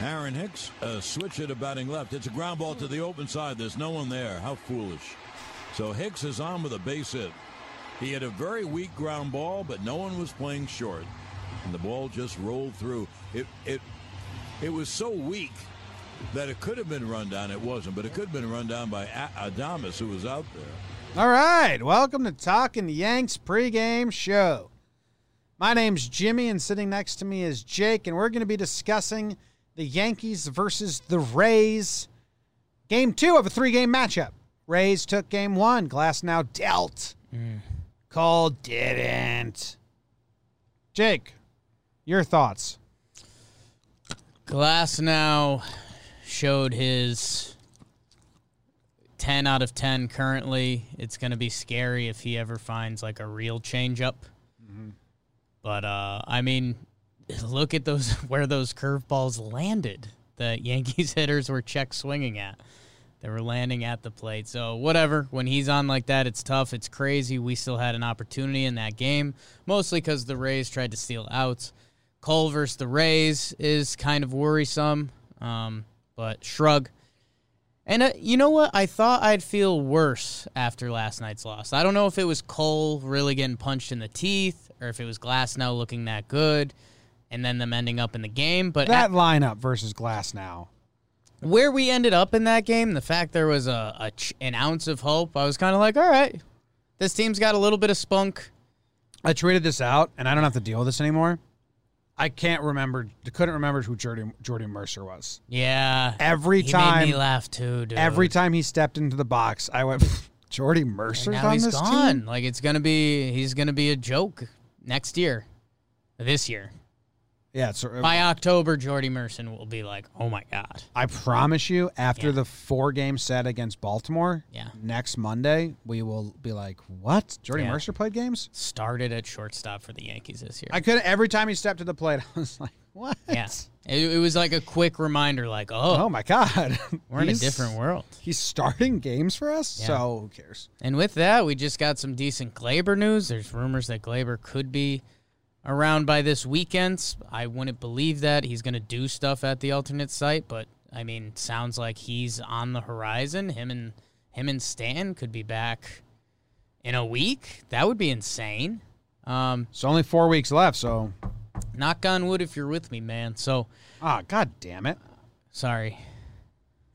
Aaron Hicks, a switch at a batting left. It's a ground ball to the open side. There's no one there. How foolish. So Hicks is on with a base hit. He had a very weak ground ball, but no one was playing short. And the ball just rolled through. It it it was so weak that it could have been run down. It wasn't, but it could have been run down by a- Adamas, who was out there. All right, welcome to Talking Yanks pregame show. My name's Jimmy, and sitting next to me is Jake, and we're going to be discussing the Yankees versus the Rays. Game two of a three game matchup. Rays took game one. Glass now dealt. Cole didn't. Jake, your thoughts? Glass now showed his 10 out of 10 currently. It's going to be scary if he ever finds like a real changeup. But uh I mean, look at those where those curveballs landed. The Yankees hitters were check swinging at. They were landing at the plate. So whatever, when he's on like that, it's tough. It's crazy. We still had an opportunity in that game, mostly because the Rays tried to steal outs. Cole versus the Rays is kind of worrisome, um, but shrug. And uh, you know what? I thought I'd feel worse after last night's loss. I don't know if it was Cole really getting punched in the teeth, or if it was Glass now looking that good, and then them ending up in the game. But That at- lineup versus Glass now. where we ended up in that game, the fact there was a, a ch- an ounce of hope, I was kind of like, all right, this team's got a little bit of spunk. I tweeted this out, and I don't have to deal with this anymore. I can't remember, couldn't remember who Jordy, Jordy Mercer was. Yeah, Every he time, made me laugh too. Dude. every time he stepped into the box, I went, Jordy Mercer's now on he's this gone. team. Like it's gonna be, he's gonna be a joke next year, this year. Yeah, so uh, By October, Jordy Merson will be like, oh my god. I promise you, after Yeah. the four-game set against Baltimore, Yeah. next Monday we will be like, "What? Jordy Yeah. Mercer played games?" Started at shortstop for the Yankees this year. I could every time he stepped to the plate, I was like, "What? Yes, it, it was like a quick reminder, like, oh, Oh my god, we're in a He's- different world. He's starting games for us, Yeah. so who cares? And with that, we just got some decent Glaber news. There's rumors that Glaber could be around by this weekend. I wouldn't believe that. He's going to do stuff at the alternate site, but I mean, sounds like he's on the horizon. Him and him and Stan could be back in a week. That would be insane. Um, It's only four weeks left, so knock on wood if you're with me, man. So ah, god damn it." sorry.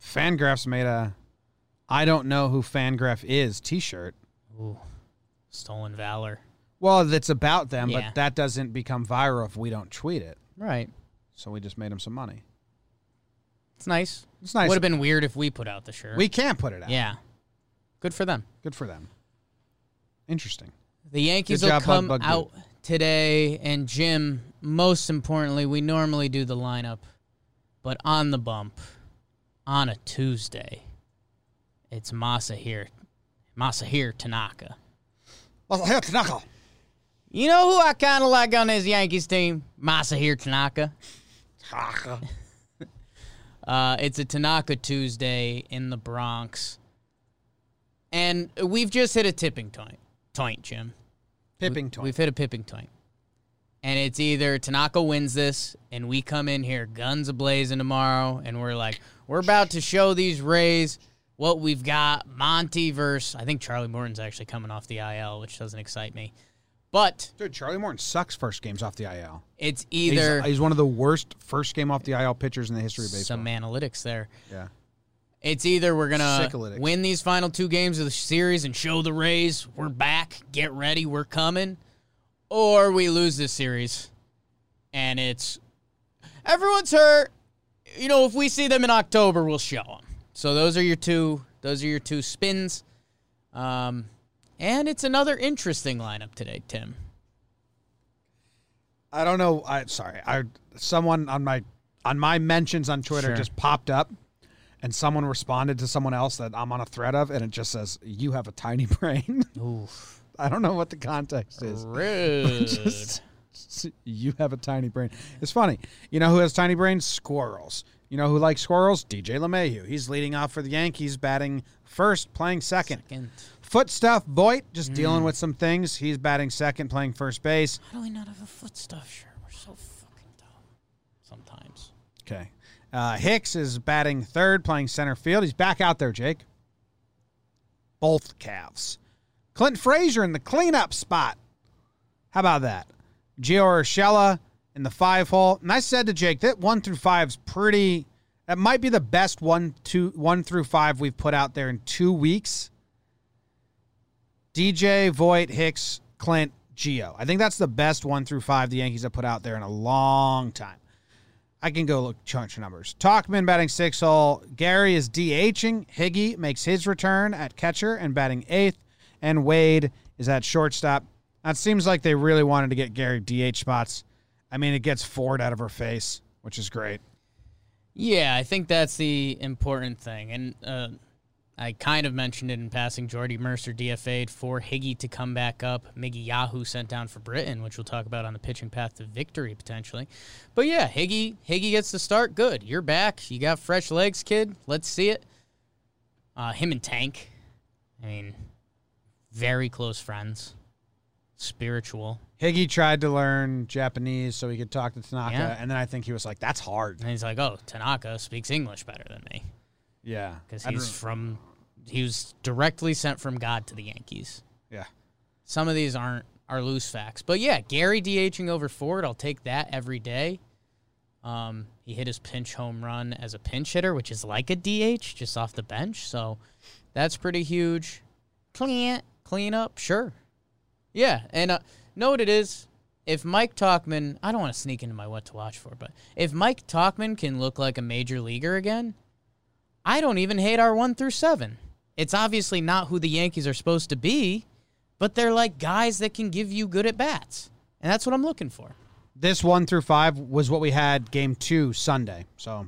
Fangraphs made a I don't know who Fangraph is t-shirt. Ooh, stolen valor. Well, it's about them, Yeah. but that doesn't become viral if we don't tweet it. Right. So we just made him some money. It's nice. It's nice. Would have been weird if we put out the shirt. we can put it out. yeah. Good for them. Good for them. Interesting. The Yankees Good will job, Bug come Bug Boo. out today, and Jim. Most importantly, we normally do the lineup, but on the bump, on a Tuesday, it's Masahiro, Masahiro Tanaka. You know who I kind of like on this Yankees team? Masahiro Tanaka. Uh, it's a Tanaka Tuesday in the Bronx, and we've just hit a tipping point. Point, Jim. Pipping toy. We've hit a pipping point. And it's either Tanaka wins this and we come in here guns ablazing tomorrow and we're like, we're about to show these Rays what we've got. Monty versus, I think Charlie Morton's actually coming off the IL, which doesn't excite me. But Dude, Charlie Morton sucks first games off the IL. it's He's, either he's one of the worst first game off the IL pitchers in the history of baseball. some analytics there. yeah. It's either we're gonna Sycolytics. win these final two games of the series and show the Rays we're back, get ready, we're coming, or we lose this series, and it's everyone's hurt. You know, if we see them in October, we'll show them. So those are your two. Those are your two spins. Um, and it's another interesting lineup today, Tim. I don't know. I sorry. I someone on my on my mentions on Twitter Sure. just popped up and someone responded to someone else that I'm on a thread of and it just says you have a tiny brain. Oof, I don't know what the context is. rude. Just- you have a tiny brain. It's funny. You know who has tiny brains? Squirrels. You know who likes squirrels? DJ LeMahieu. He's leading off for the Yankees, batting first, playing second. Second. Mm. Foot stuff, Boyd, just dealing with some things. He's batting second, playing first base. How do we not have a foot stuff shirt? We're so fucking dumb sometimes. Okay. Uh, Hicks is batting third, playing center field. He's back out there, Jake. Both calves. Clint Frazier in the cleanup spot. How about that? Gio Urshela in the five hole. And I said to Jake, that one through five's pretty. That might be the best one, two, one through five we've put out there in two weeks. DJ, Voigt, Hicks, Clint, Geo. I think that's the best one through five the Yankees have put out there in a long time. I can go look chunch numbers. Talkman batting six hole. Gary is DHing. Higgy makes his return at catcher and batting eighth. And Wade is at shortstop. Now, it seems like they really wanted to get Gary DH spots. I mean, it gets Ford out of her face, which is great. Yeah, I think that's the important thing. And uh, I kind of mentioned it in passing. Jordy Mercer DFA'd for Higgy to come back up. Miggy Yahoo sent down for Britain, which we'll talk about on the pitching path to victory potentially. But yeah, Higgy Higgy gets the start. Good. You're back. You got fresh legs, kid. Let's see it. Uh, him and Tank. I mean, very close friends. Spiritual. Higgy tried to learn Japanese so he could talk to Tanaka, Yeah. and then I think he was like, "That's hard." And he's like, oh, Tanaka speaks English better than me. Yeah, because I he's don't- from he was directly sent from God to the Yankees. yeah. Some of these aren't are loose facts, but yeah, Gary DHing over Ford, I'll take that every day. Um, he hit his pinch home run as a pinch hitter, which is like a DH, just off the bench. So that's pretty huge. Clean clean up, sure. Yeah, and uh, know what it is. If Mike Talkman, I don't want to sneak into my what to watch for, but if Mike Talkman can look like a major leaguer again, I don't even hate our one through seven. It's obviously not who the Yankees are supposed to be, but they're like guys that can give you good at bats. And that's what I'm looking for. This one through five was what we had game two Sunday, so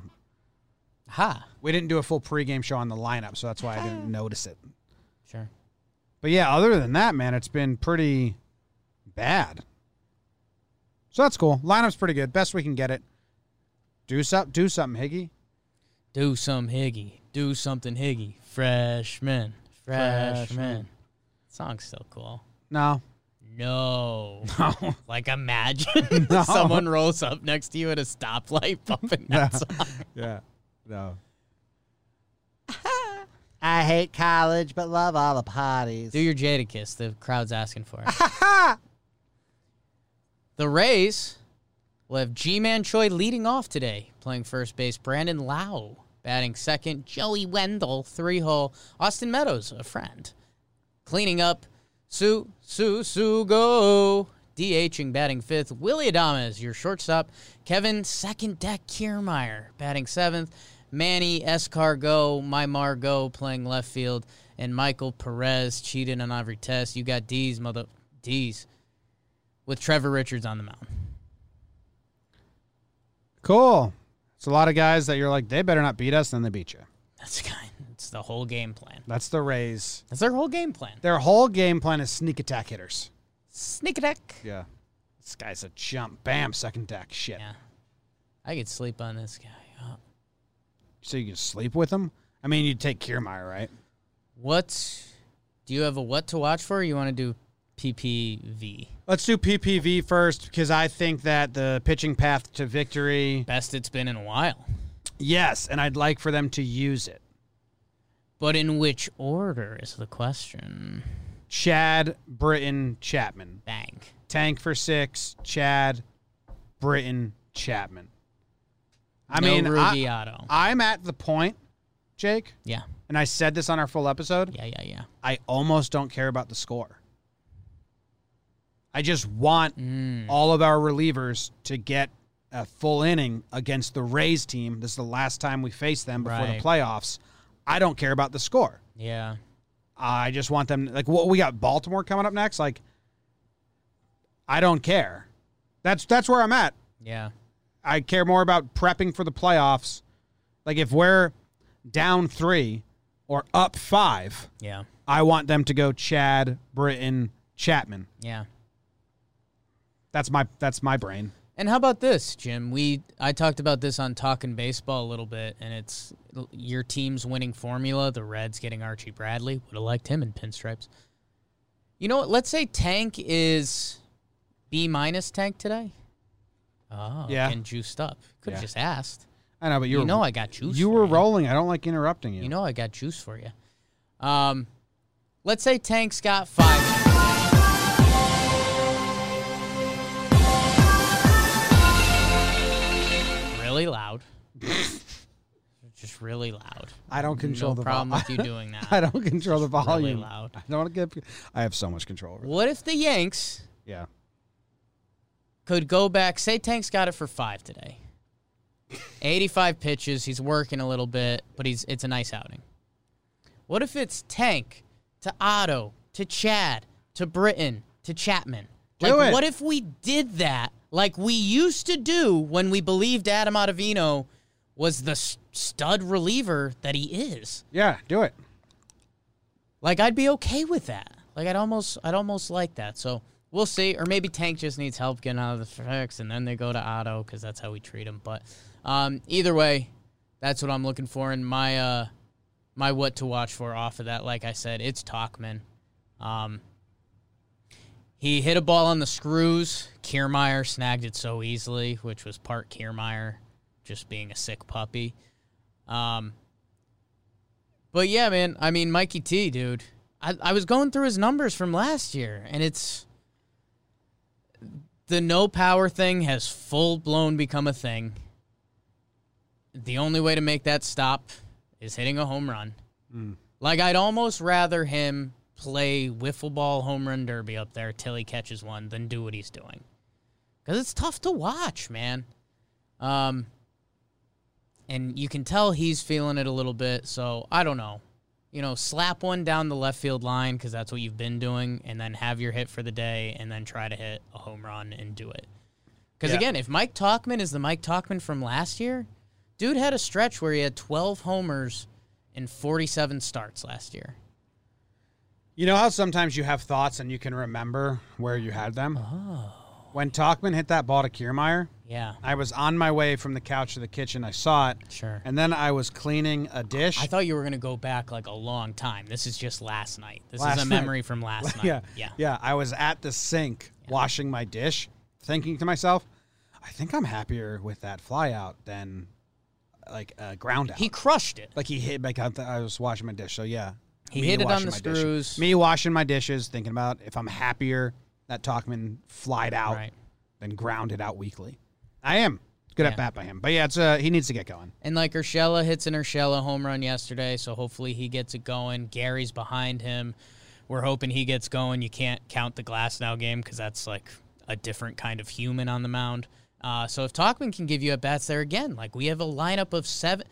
Ha. we didn't do a full pregame show on the lineup, so that's why I didn't notice it. Sure. But yeah, other than that, man, it's been pretty bad. So that's cool. Lineup's pretty good. Best we can get it. Do something. Do something, Higgy. Do some Higgy. Do something Higgy. Freshman. Freshman. Freshman. Song's still cool. No. No. No. Like imagine No. someone rolls up next to you at a stoplight bumping that song. Yeah. No. I hate college, but love all the parties. Do your Jadakiss. The crowd's asking for it. the Rays will have G Man Choi leading off today, playing first base. Brandon Lau batting second. Joey Wendell, three hole. Austin Meadows, a friend. Cleaning up, Sue, Sue, Sue, go. DHing batting fifth. Willie Adamas, your shortstop. Kevin, second deck. Kiermeyer batting seventh. Manny Escargo, my Margot playing left field. And Michael Perez cheating on every test. You got D's, mother D's, with Trevor Richards on the mound. Cool. It's a lot of guys that you're like, they better not beat us, then they beat you. That's kind. It's the whole game plan. That's the Rays. That's their whole game plan. Their whole game plan is sneak attack hitters. Sneak attack. Yeah. This guy's a jump. Bam, second deck. Shit. Yeah. I could sleep on this guy. Oh. So you can sleep with him? I mean, you'd take Kiermaier, right? What? Do you have a what to watch for? Or you want to do PPV? Let's do PPV first because I think that the pitching path to victory. Best it's been in a while. Yes, and I'd like for them to use it. But in which order is the question? Chad, Britton, Chapman. Bang. Tank for six, Chad, Britton, Chapman. I no mean, I, Ruggiero. I'm at the point, Jake, yeah. and I said this on our full episode. Yeah. Yeah. Yeah. I almost don't care about the score. I just want all of our relievers to get a full inning against the Rays team. This is the last time we face them before Right. the playoffs. I don't care about the score. Yeah. I just want them like what we got Baltimore coming up next. Like I don't care. That's that's where I'm at. Yeah. I care more about prepping for the playoffs. Like if we're down 3 or up 5, Yeah. I want them to go Chad, Britton, Chapman. Yeah. That's my that's my brain. And how about this, Jim? We I talked about this on Talking Baseball a little bit, and it's your team's winning formula. The Reds getting Archie Bradley would have liked him in pinstripes. You know what? Let's say Tank is B minus Tank today. Oh, Yeah. and juiced up. Could Ah. have Yeah. just asked. I know, but you, You were, know I got juice. you for were rolling. I don't like interrupting you. You know I got juice for you. Um, let's say Tank's got five. really loud. Just really loud. I don't control No the problem volume. with you doing that. I don't control the really volume. loud. I don't get. I have so much control over. It. What if the Yanks Yeah. could go back? Say Tank's got it for five today. 85 pitches. He's working a little bit, but he's it's a nice outing. What if it's Tank to Otto to Chad to Britton to Chapman? Do like, it. What if we did that like we used to do when we believed Adam Ottavino was the s- stud reliever that he is? Yeah. Do it. Like I'd be okay with that. Like I'd almost I'd almost like that. So we'll see. Or maybe Tank just needs help getting out of the fix, and then they go to Otto because that's how we treat him. But um, either way, that's what I'm looking for in my uh, my what to watch for off of that. Like I said, it's Talkman. Um, he hit a ball on the screws. Kiermeyer snagged it so easily, which was part Kiermeyer just being a sick puppy. Um, but yeah, man. I mean, Mikey T, dude. I, I was going through his numbers from last year, and it's the no power thing has full blown become a thing. The only way to make that stop is hitting a home run. Like I'd almost rather him play wiffle ball home run derby up there till he catches one than do what he's doing, because it's tough to watch, man. Um, and you can tell he's feeling it a little bit. So I don't know. You know, slap one down the left field line because that's what you've been doing, and then have your hit for the day, and then try to hit a home run and do it. Because Yeah. again, if Mike Talkman is the Mike Talkman from last year, dude had a stretch where he had 12 homers and 47 starts last year. You know how sometimes you have thoughts and you can remember where you had them. Oh. When Talkman hit that ball to Kiermeyer, Yeah, I was on my way from the couch to the kitchen. I saw it, sure. and then I was cleaning a dish. I thought you were gonna go back like a long time. This is just last night. This Last is a night. memory from last night. yeah, yeah. yeah. I was at the sink washing my dish, thinking to myself, I think I'm happier with that fly out than like a ground out. He crushed it. like he hit like I I was washing my dish. So yeah, He me hit it on washing the my dishes. screws. Me washing my dishes, thinking about if I'm happier that Talkman flied out Right. than grounded out weekly. I am good Yeah. at bat by him, but yeah, it's uh, he needs to get going. And like Urshela hits an Urshela home run yesterday, so hopefully he gets it going. Gary's behind him. We're hoping he gets going. You can't count the Glass now game because that's like a different kind of human on the mound. Uh, so if Talkman can give you at bats there again, like we have a lineup of seven,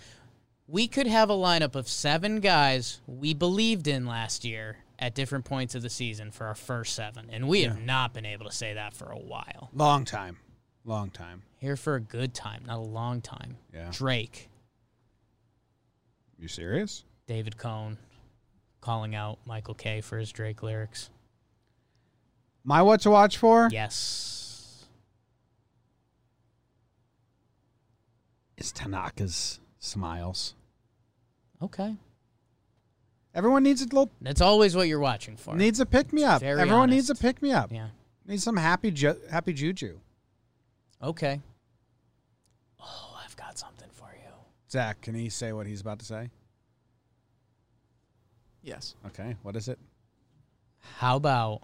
we could have a lineup of seven guys we believed in last year at different points of the season for our first seven, and we have not been able to say that for a while. Long time, long time. Here for a good time, not a long time. Yeah. Drake. You serious? David Cohn calling out Michael K for his Drake lyrics. My what to watch for Yes. is Tanaka's smiles. Okay. Everyone needs a little That's always what you're watching for. needs a pick me up. Very Everyone honest. needs a pick me up. yeah. Needs some happy ju- happy juju. Okay. Oh, I've got something for you. Zach, can he say what he's about to say? Yes. Okay, what is it? How about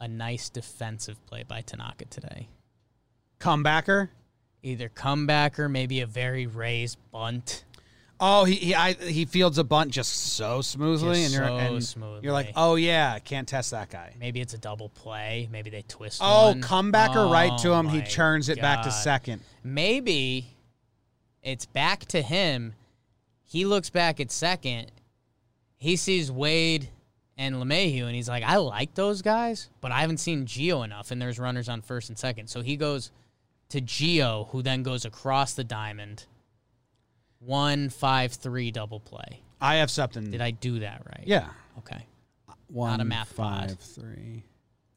a nice defensive play by Tanaka today? Comebacker. Either comeback or maybe a very raised bunt. Oh, he he, I, he fields a bunt just so smoothly, Just and you're so and smoothly. you're like, oh yeah, can't test that guy. Maybe it's a double play. Maybe they twist. Oh, one. comebacker right to Oh him. He my churns it back to God. second. maybe it's back to him. He looks back at second. He sees Wade and LeMahieu, and he's like, I like those guys, but I haven't seen Geo enough, and there's runners on first and second. So he goes to Geo, who then goes across the diamond. One five three double play. I have something. Did I do that right? Yeah. Okay. One math pod. five, three.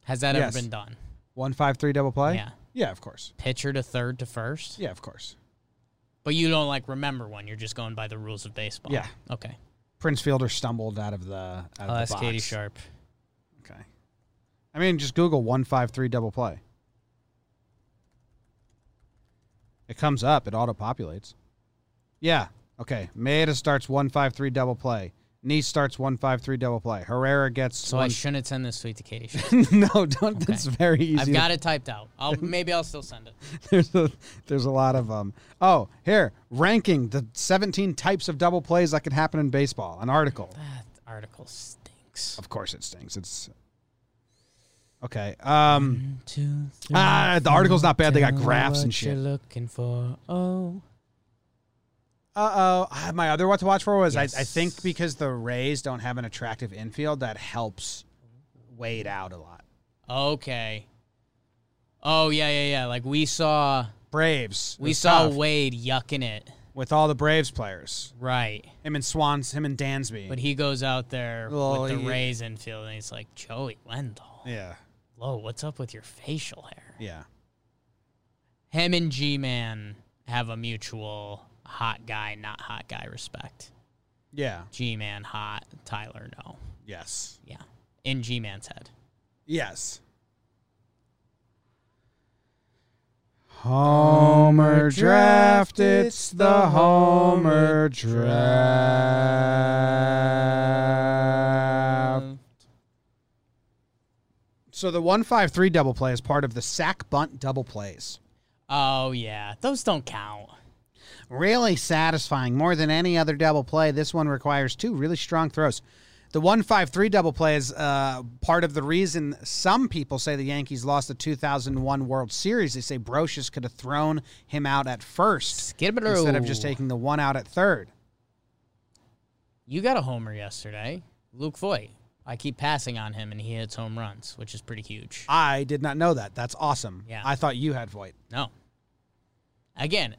Has that Yes. ever been done? One five three double play. Yeah. Yeah, of course. Pitcher to third to first, Yeah, of course. but you don't like remember one. You're just going by the rules of baseball. Yeah. Okay. Prince Fielder stumbled out of the out of Oh, the that's box. Katie Sharp. Okay. I mean, just Google one five three double play. It comes up. It auto populates. Yeah. Okay. Maeda starts one five three double play. Nice starts one five three double play. Herrera gets. So I one- shouldn't send this tweet to Katie. Schultz. no, don't. That's very easy. I've to- got it typed out. I'll maybe I'll still send it. there's a there's a lot of um oh here ranking the 17 types of double plays that can happen in baseball an article That article stinks. of course it stings it's okay um One, two, three, ah the article's not bad they got tell me graphs and what you're shit looking for. Oh, uh-oh Ah, my other what to watch for was I, I think Yes. because the rays don't have an attractive infield that helps wade out a lot okay. Oh yeah, yeah, yeah. Like we saw, braves we was saw tough Wade yucking it, with all the braves players right? him and swans him and dansby But he goes out there Well, with the he- Rays infield, and he's like, Joey Wendell, yeah Lo, what's up with your facial hair? yeah Him and G Man have a mutual hot guy, not hot guy respect. yeah G Man hot, Tyler no. yes Yeah, in G Man's head. Yes. Homer draft, it's the Homer draft. So the 153 double play is part of the sack bunt double plays. Oh yeah, those don't count. Really satisfying. More than any other double play, this one requires two really strong throws. The 153 double play is uh, part of the reason some people say the Yankees lost the 2001 World Series. They say Brocious could have thrown him out at first Skidbladoo. instead of just taking the one out at third. You got a homer yesterday, Luke Voigt. I keep passing on him, and he hits home runs, which is pretty huge. I did not know that. That's awesome. Yeah. I thought you had Voight. No. Again,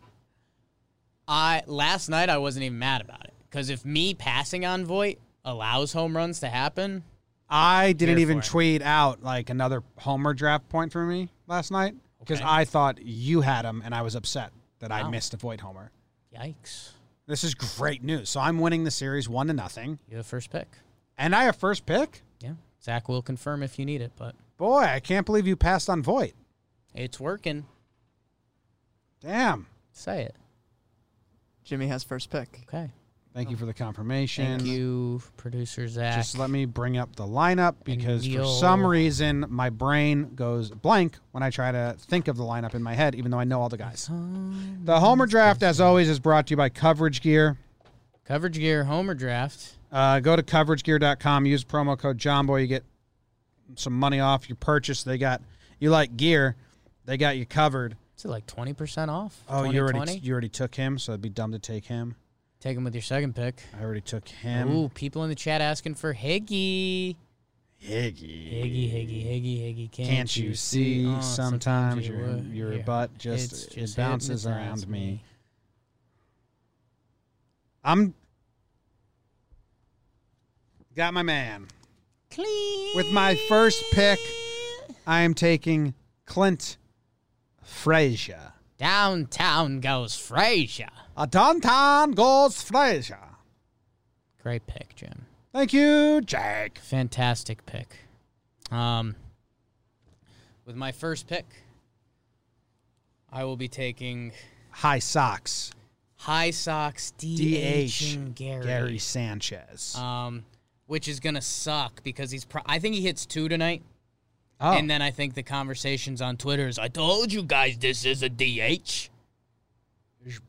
I last night I wasn't even mad about it because if me passing on Voigt allows home runs to happen, I didn't Here even for it. tweet out like another homer draft point for me last night because Okay. I thought you had him and I was upset that I Wow. missed a Voight homer. yikes! This is great news. So I'm winning the series one to nothing, You have first pick. and I have first pick. Yeah, Zach will confirm if you need it, but Boy, I can't believe you passed on Voight. it's working. Damn. Say it. Jimmy has first pick. Okay. Thank you for the confirmation. Thank you, producer Zach. Just let me bring up the lineup because for Neil. some reason my brain goes blank when I try to think of the lineup in my head, even though I know all the guys. The Homer Draft, as always, is brought to you by Coverage Gear. Coverage gear, homer draft. Uh, go to coveragegear.com. Use promo code JOMBOY. You get some money off your purchase. They got you like gear. They got you covered. Is it like twenty percent off? Oh, you 2020? already you already took him, so it'd be dumb to take him. Take him with your second pick. I already took him. Ooh, people in the chat asking for Higgy. Higgy. Higgy, Higgy, Higgy, Higgy. Can't, Can't you see? Oh, sometimes your would. your Yeah. butt just, It's it just bounces hypnotize around me. I'm got my man Clean. with my first pick. I am taking Clint Frazier. Downtown goes Frasier. A downtown goes Frazier. Great pick, Jim. Thank you, Jake. Fantastic pick. Um, with my first pick, I will be taking High socks. High Sox DH DH Gary. Gary Sanchez. Um, which is gonna suck because he's. Pro- I think he hits two tonight. oh, And then I think the conversations on Twitter is, I told you guys this is a DH.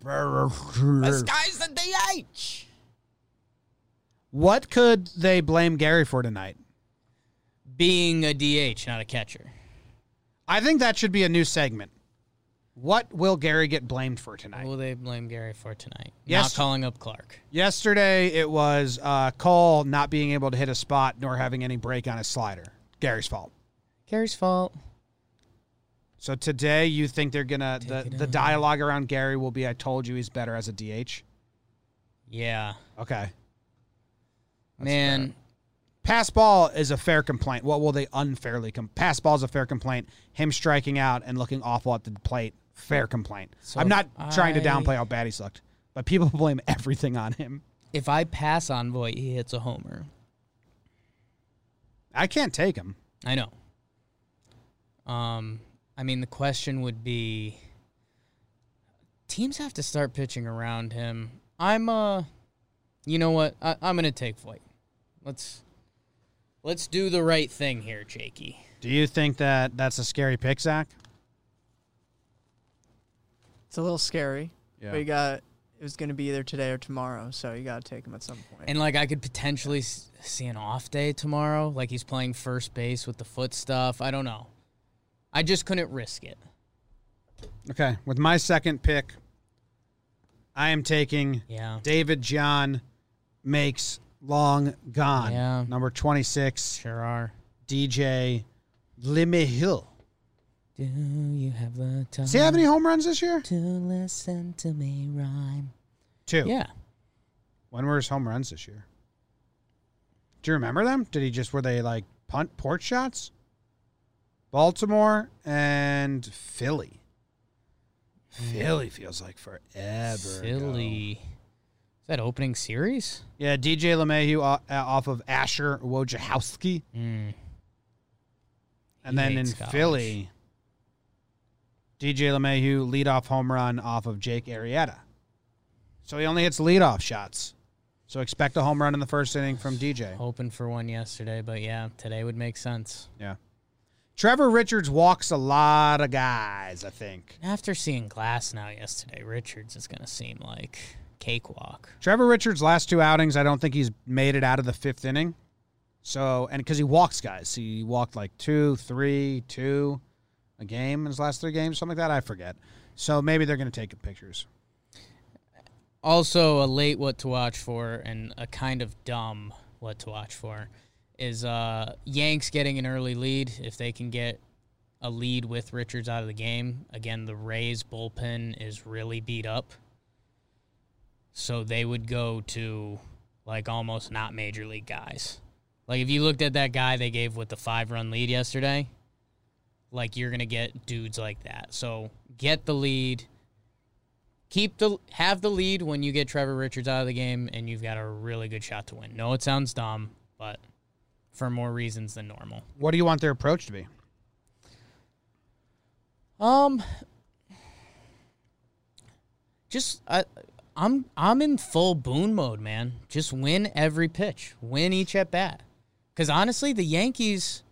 This guy's a DH. what could they blame Gary for tonight? Being a DH, not a catcher. I think that should be a new segment. What will Gary get blamed for tonight? What will they blame Gary for tonight? Yes. Not calling up Clark. Yesterday, it was uh, Cole not being able to hit a spot nor having any break on his slider. Gary's fault. Gary's fault. So today, you think they're gonna the, the dialogue around Gary will be, "I told you he's better as a DH." Yeah. Okay. Man, Pass ball is a fair complaint. What will they unfairly com- pass ball is a fair complaint. Him striking out and looking awful at the plate, fair complaint. So I'm not trying to I- downplay how bad he's looked, but people blame everything on him. if I pass on Voight, he hits a homer. I can't take him. I know. Um, I mean, the question would be Teams have to start pitching around him. I'm uh you know what? I, I'm gonna take Voit. Let's let's do the right thing here, Jakey. Do you think that that's a scary pick, Zach? It's a little scary. Yeah. But you got it was going to be either today or tomorrow, so you got to take him at some point. And like I could potentially s- see an off day tomorrow, like he's playing first base with the foot stuff. I don't know. I just couldn't risk it. Okay, with my second pick, I am taking Yeah. David John makes long gone. Yeah. Number 26, Sure are. DJ LeMahill. Do you have the time Does he have any home runs this year? to listen to me rhyme? Two. Yeah. When were his home runs this year? Do you remember them? Did he just were they like punt port shots? Baltimore and Philly. Philly feels like forever. ago. Silly. Is that opening series? Yeah, DJ LeMahieu o- uh, off of Asher Wojciechowski. Mm. And He then in hates college. Philly, DJ LeMahieu leadoff home run off of Jake Arrieta. So he only hits leadoff shots. So expect a home run in the first inning from DJ. Hoping for one yesterday, but yeah, today would make sense. Yeah. Trevor Richards walks a lot of guys, I think. After seeing Glass now yesterday, Richards is going to seem like cakewalk. Trevor Richards' last two outings, I don't think he's made it out of the fifth inning. So, and because he walks guys, he walked like two, three, two a game in his last three games, something like that. I forget. So maybe they're going to take pictures. Also, a late what to watch for and a kind of dumb what to watch for is uh Yanks getting an early lead if they can get a lead with Richards out of the game. Again, the Rays bullpen is really beat up. So they would go to like almost not major league guys. Like if you looked at that guy they gave with the 5-run lead yesterday, like you're going to get dudes like that. So get the lead keep the have the lead when you get Trevor Richards out of the game, and you've got a really good shot to win. No, it sounds dumb, but for more reasons than normal. What do you want their approach to be? Um, just I, I'm I'm in full Boone mode, man. Just win every pitch, win each at bat. Because honestly, the Yankees,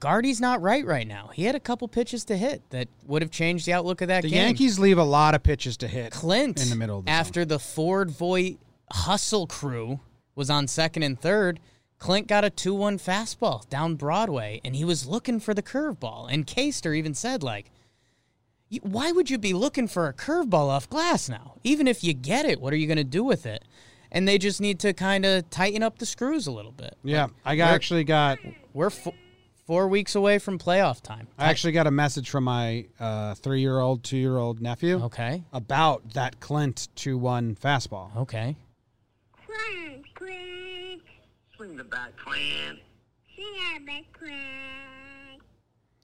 Guardy's not right right now. He had a couple pitches to hit that would have changed the outlook of that The game. Yankees leave a lot of pitches to hit. Clint in the middle of the after the Ford Voit hustle crew was on second and third. Clint got a 2 1 fastball down Broadway, and he was looking for the curveball. And Kaster even said, like, "You- why would you be looking for a curveball off glass now? Even if you get it, what are you going to do with it? And they just need to kind of tighten up the screws a little bit. Yeah, I got, Where- actually got We're fo- four weeks away from playoff time. I actually got a message from my uh, three-year-old, two-year-old nephew Okay. about that Clint two-one fastball. Okay. Clan, clan. Swing the bat, clan. See ya, big clan.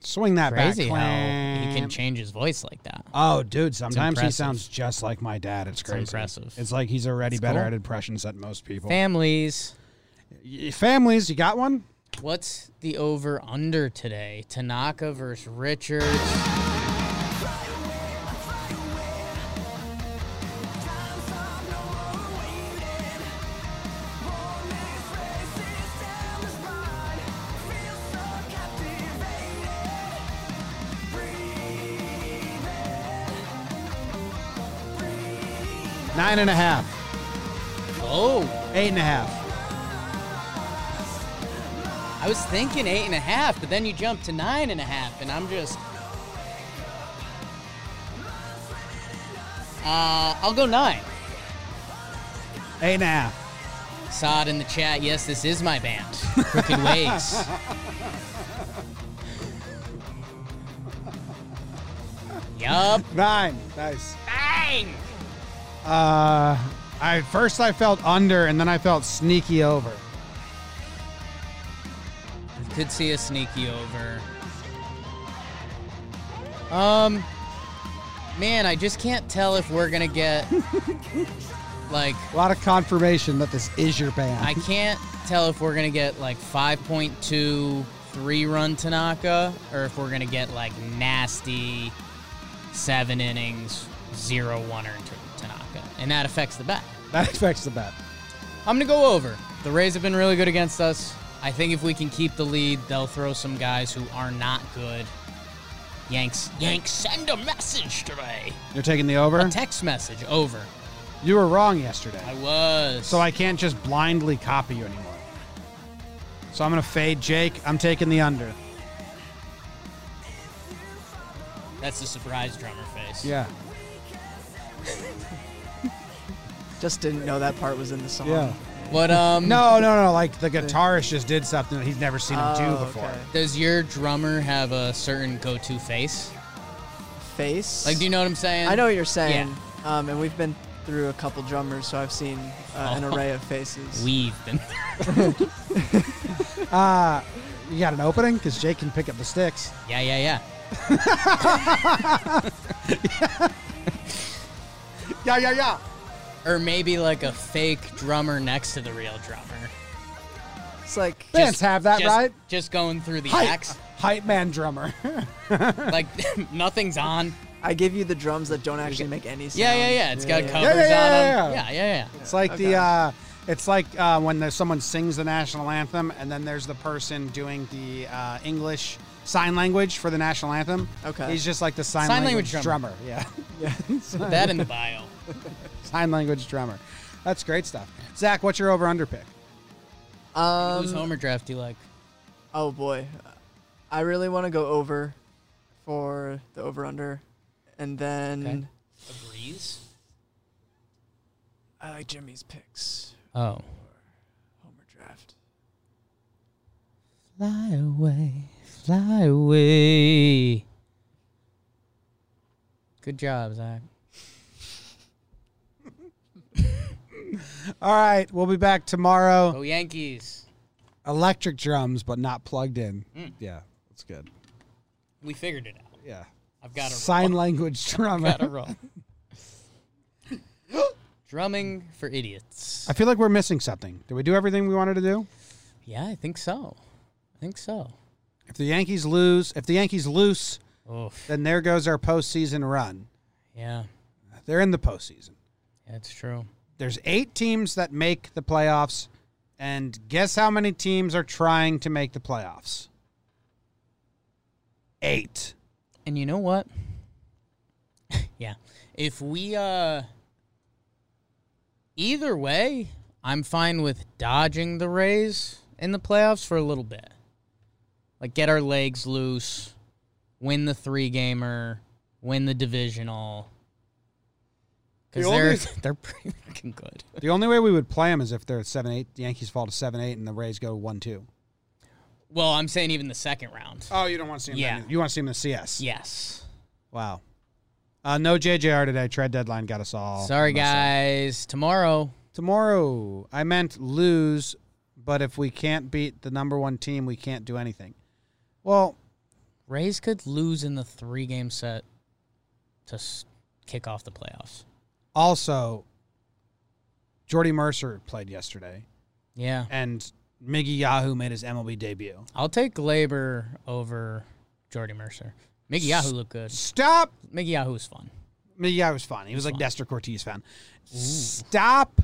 Swing that Crazy back, how Clint. he can change his voice like that. Oh, dude! Sometimes he impressive. sounds just like my dad. It's crazy. impressive. It's like he's already better cool. at impressions than most people. Families. Y- Families, you got one? What's the over under today? Tanaka versus Richards. Nine and a half, Oh, eight and a half. I was thinking eight and a half, but then you jumped to nine and a half, and I'm just. Uh, I'll go nine. Eight and a half. Saw it in the chat. Yes, this is my band, Crooked Ways. yup. Nine. Nice. Uh, I first I felt under, and then I felt sneaky over. Could see a sneaky over. Um, man, I just can't tell if we're gonna get like A lot of confirmation that this is your band. I can't tell if we're gonna get like 5.2 three run Tanaka or if we're gonna get like nasty seven innings, zero one earned to Tanaka, and that affects the bet. That affects the bet. I'm gonna go over. The Rays have been really good against us. I think if we can keep the lead, they'll throw some guys who are not good. Yanks, Yanks, send a message today. You're taking the over. A text message over. you were wrong yesterday, I was. so I can't just blindly copy you anymore. So I'm gonna fade Jake. I'm taking the under. That's the surprise drummer face. Yeah, Just didn't know that part was in the song. yeah. But um, No, no, no. Like the guitarist just did something that he's never seen him do Oh, before. okay. does your drummer have a certain go-to face? Face. Like, do you know what I'm saying? I know what you're saying. Um, and we've been through a couple drummers, so I've seen uh, an array of faces. We've been. You got an opening because Jake can pick up the sticks. yeah, yeah, yeah. Yeah, yeah, yeah. Or maybe like a fake drummer next to the real drummer. it's like Bands have that, Just- right? Just going through the Hype, acts. hype man drummer. Like nothing's on. I give you the drums that don't actually make any sound. Yeah, yeah, yeah. It's It's got yeah, covers yeah, on yeah. them. Yeah, yeah, yeah. It's like Okay. the, uh, it's like uh, when there's someone sings the national anthem, and then there's the person doing the uh, English sign language for the national anthem. Okay. he's just like the sign, Sign language, language drummer. Yeah, Put that in the bio. sign language drummer. That's great stuff. Zach, what's your over under pick? Whose Um, homer draft do you like? Oh boy, I really want to go over for the over under, and then A breeze. I like Jimmy's picks. Oh. Homer draft. Fly away, fly away. Good job, Zach. All right, we'll be back tomorrow. Go Yankees. electric drums, but not plugged in. Yeah, that's good. We figured it out. Yeah. I've got a Sign language drummer. Got it wrong. Drumming for idiots. I feel like we're missing something. Did we do everything we wanted to do? Yeah, I think so. I think so. If the Yankees lose, if the Yankees lose, Oof. then there goes our postseason run. Yeah, They're in the postseason. that's true. There's eight teams that make the playoffs, and guess how many teams are trying to make the playoffs? Eight. And you know what? yeah. If we uh either way, I'm fine with dodging the Rays in the playoffs for a little bit. Like get our legs loose, win the three gamer, win the divisional. Cuz The they're only- they're pretty fucking good. The only way we would play them is if they're seven eight. The Yankees fall to seven eight, and the Rays go one two. Well, I'm saying even the second round. Oh, you don't want to see them. Yeah. Yeah. You want to see them in the CS. Yes. Wow. Uh, no JJR today. Trade deadline got us all. Sorry messed up. guys. Tomorrow Tomorrow, I meant lose, but if we can't beat the number one team, we can't do anything. Well, Rays could lose in the three game set to s- kick off the playoffs. also, Jordy Mercer played yesterday, Yeah. and Miggy Yahoo made his MLB debut. I'll take Glaber over Jordy Mercer. Miggy Yahoo looked good. Stop. Miggy Yahoo is fun. Miggy Yahoo was fun. He was like Nestor Cortez fan. Stop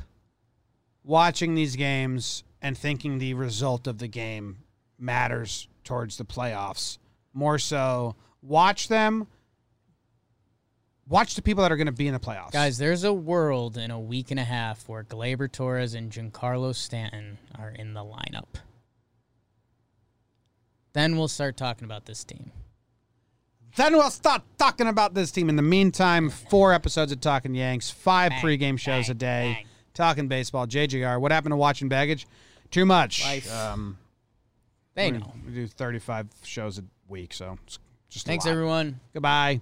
watching these games and thinking the result of the game matters towards the playoffs. More so, watch them. Watch the people that are going to be in the playoffs. Guys, there's a world in a week and a half where Glaber Torres and Giancarlo Stanton are in the lineup. Then we'll start talking about this team. Then we'll start talking about this team. In the meantime, four episodes of Talking Yanks, five pregame shows a day, bang. talking baseball, JGR. What happened to watching baggage? Too much. Life. Um, They we- know. Hmm. We do 35 shows a week, so it's just a Thanks, lot. everyone. Goodbye.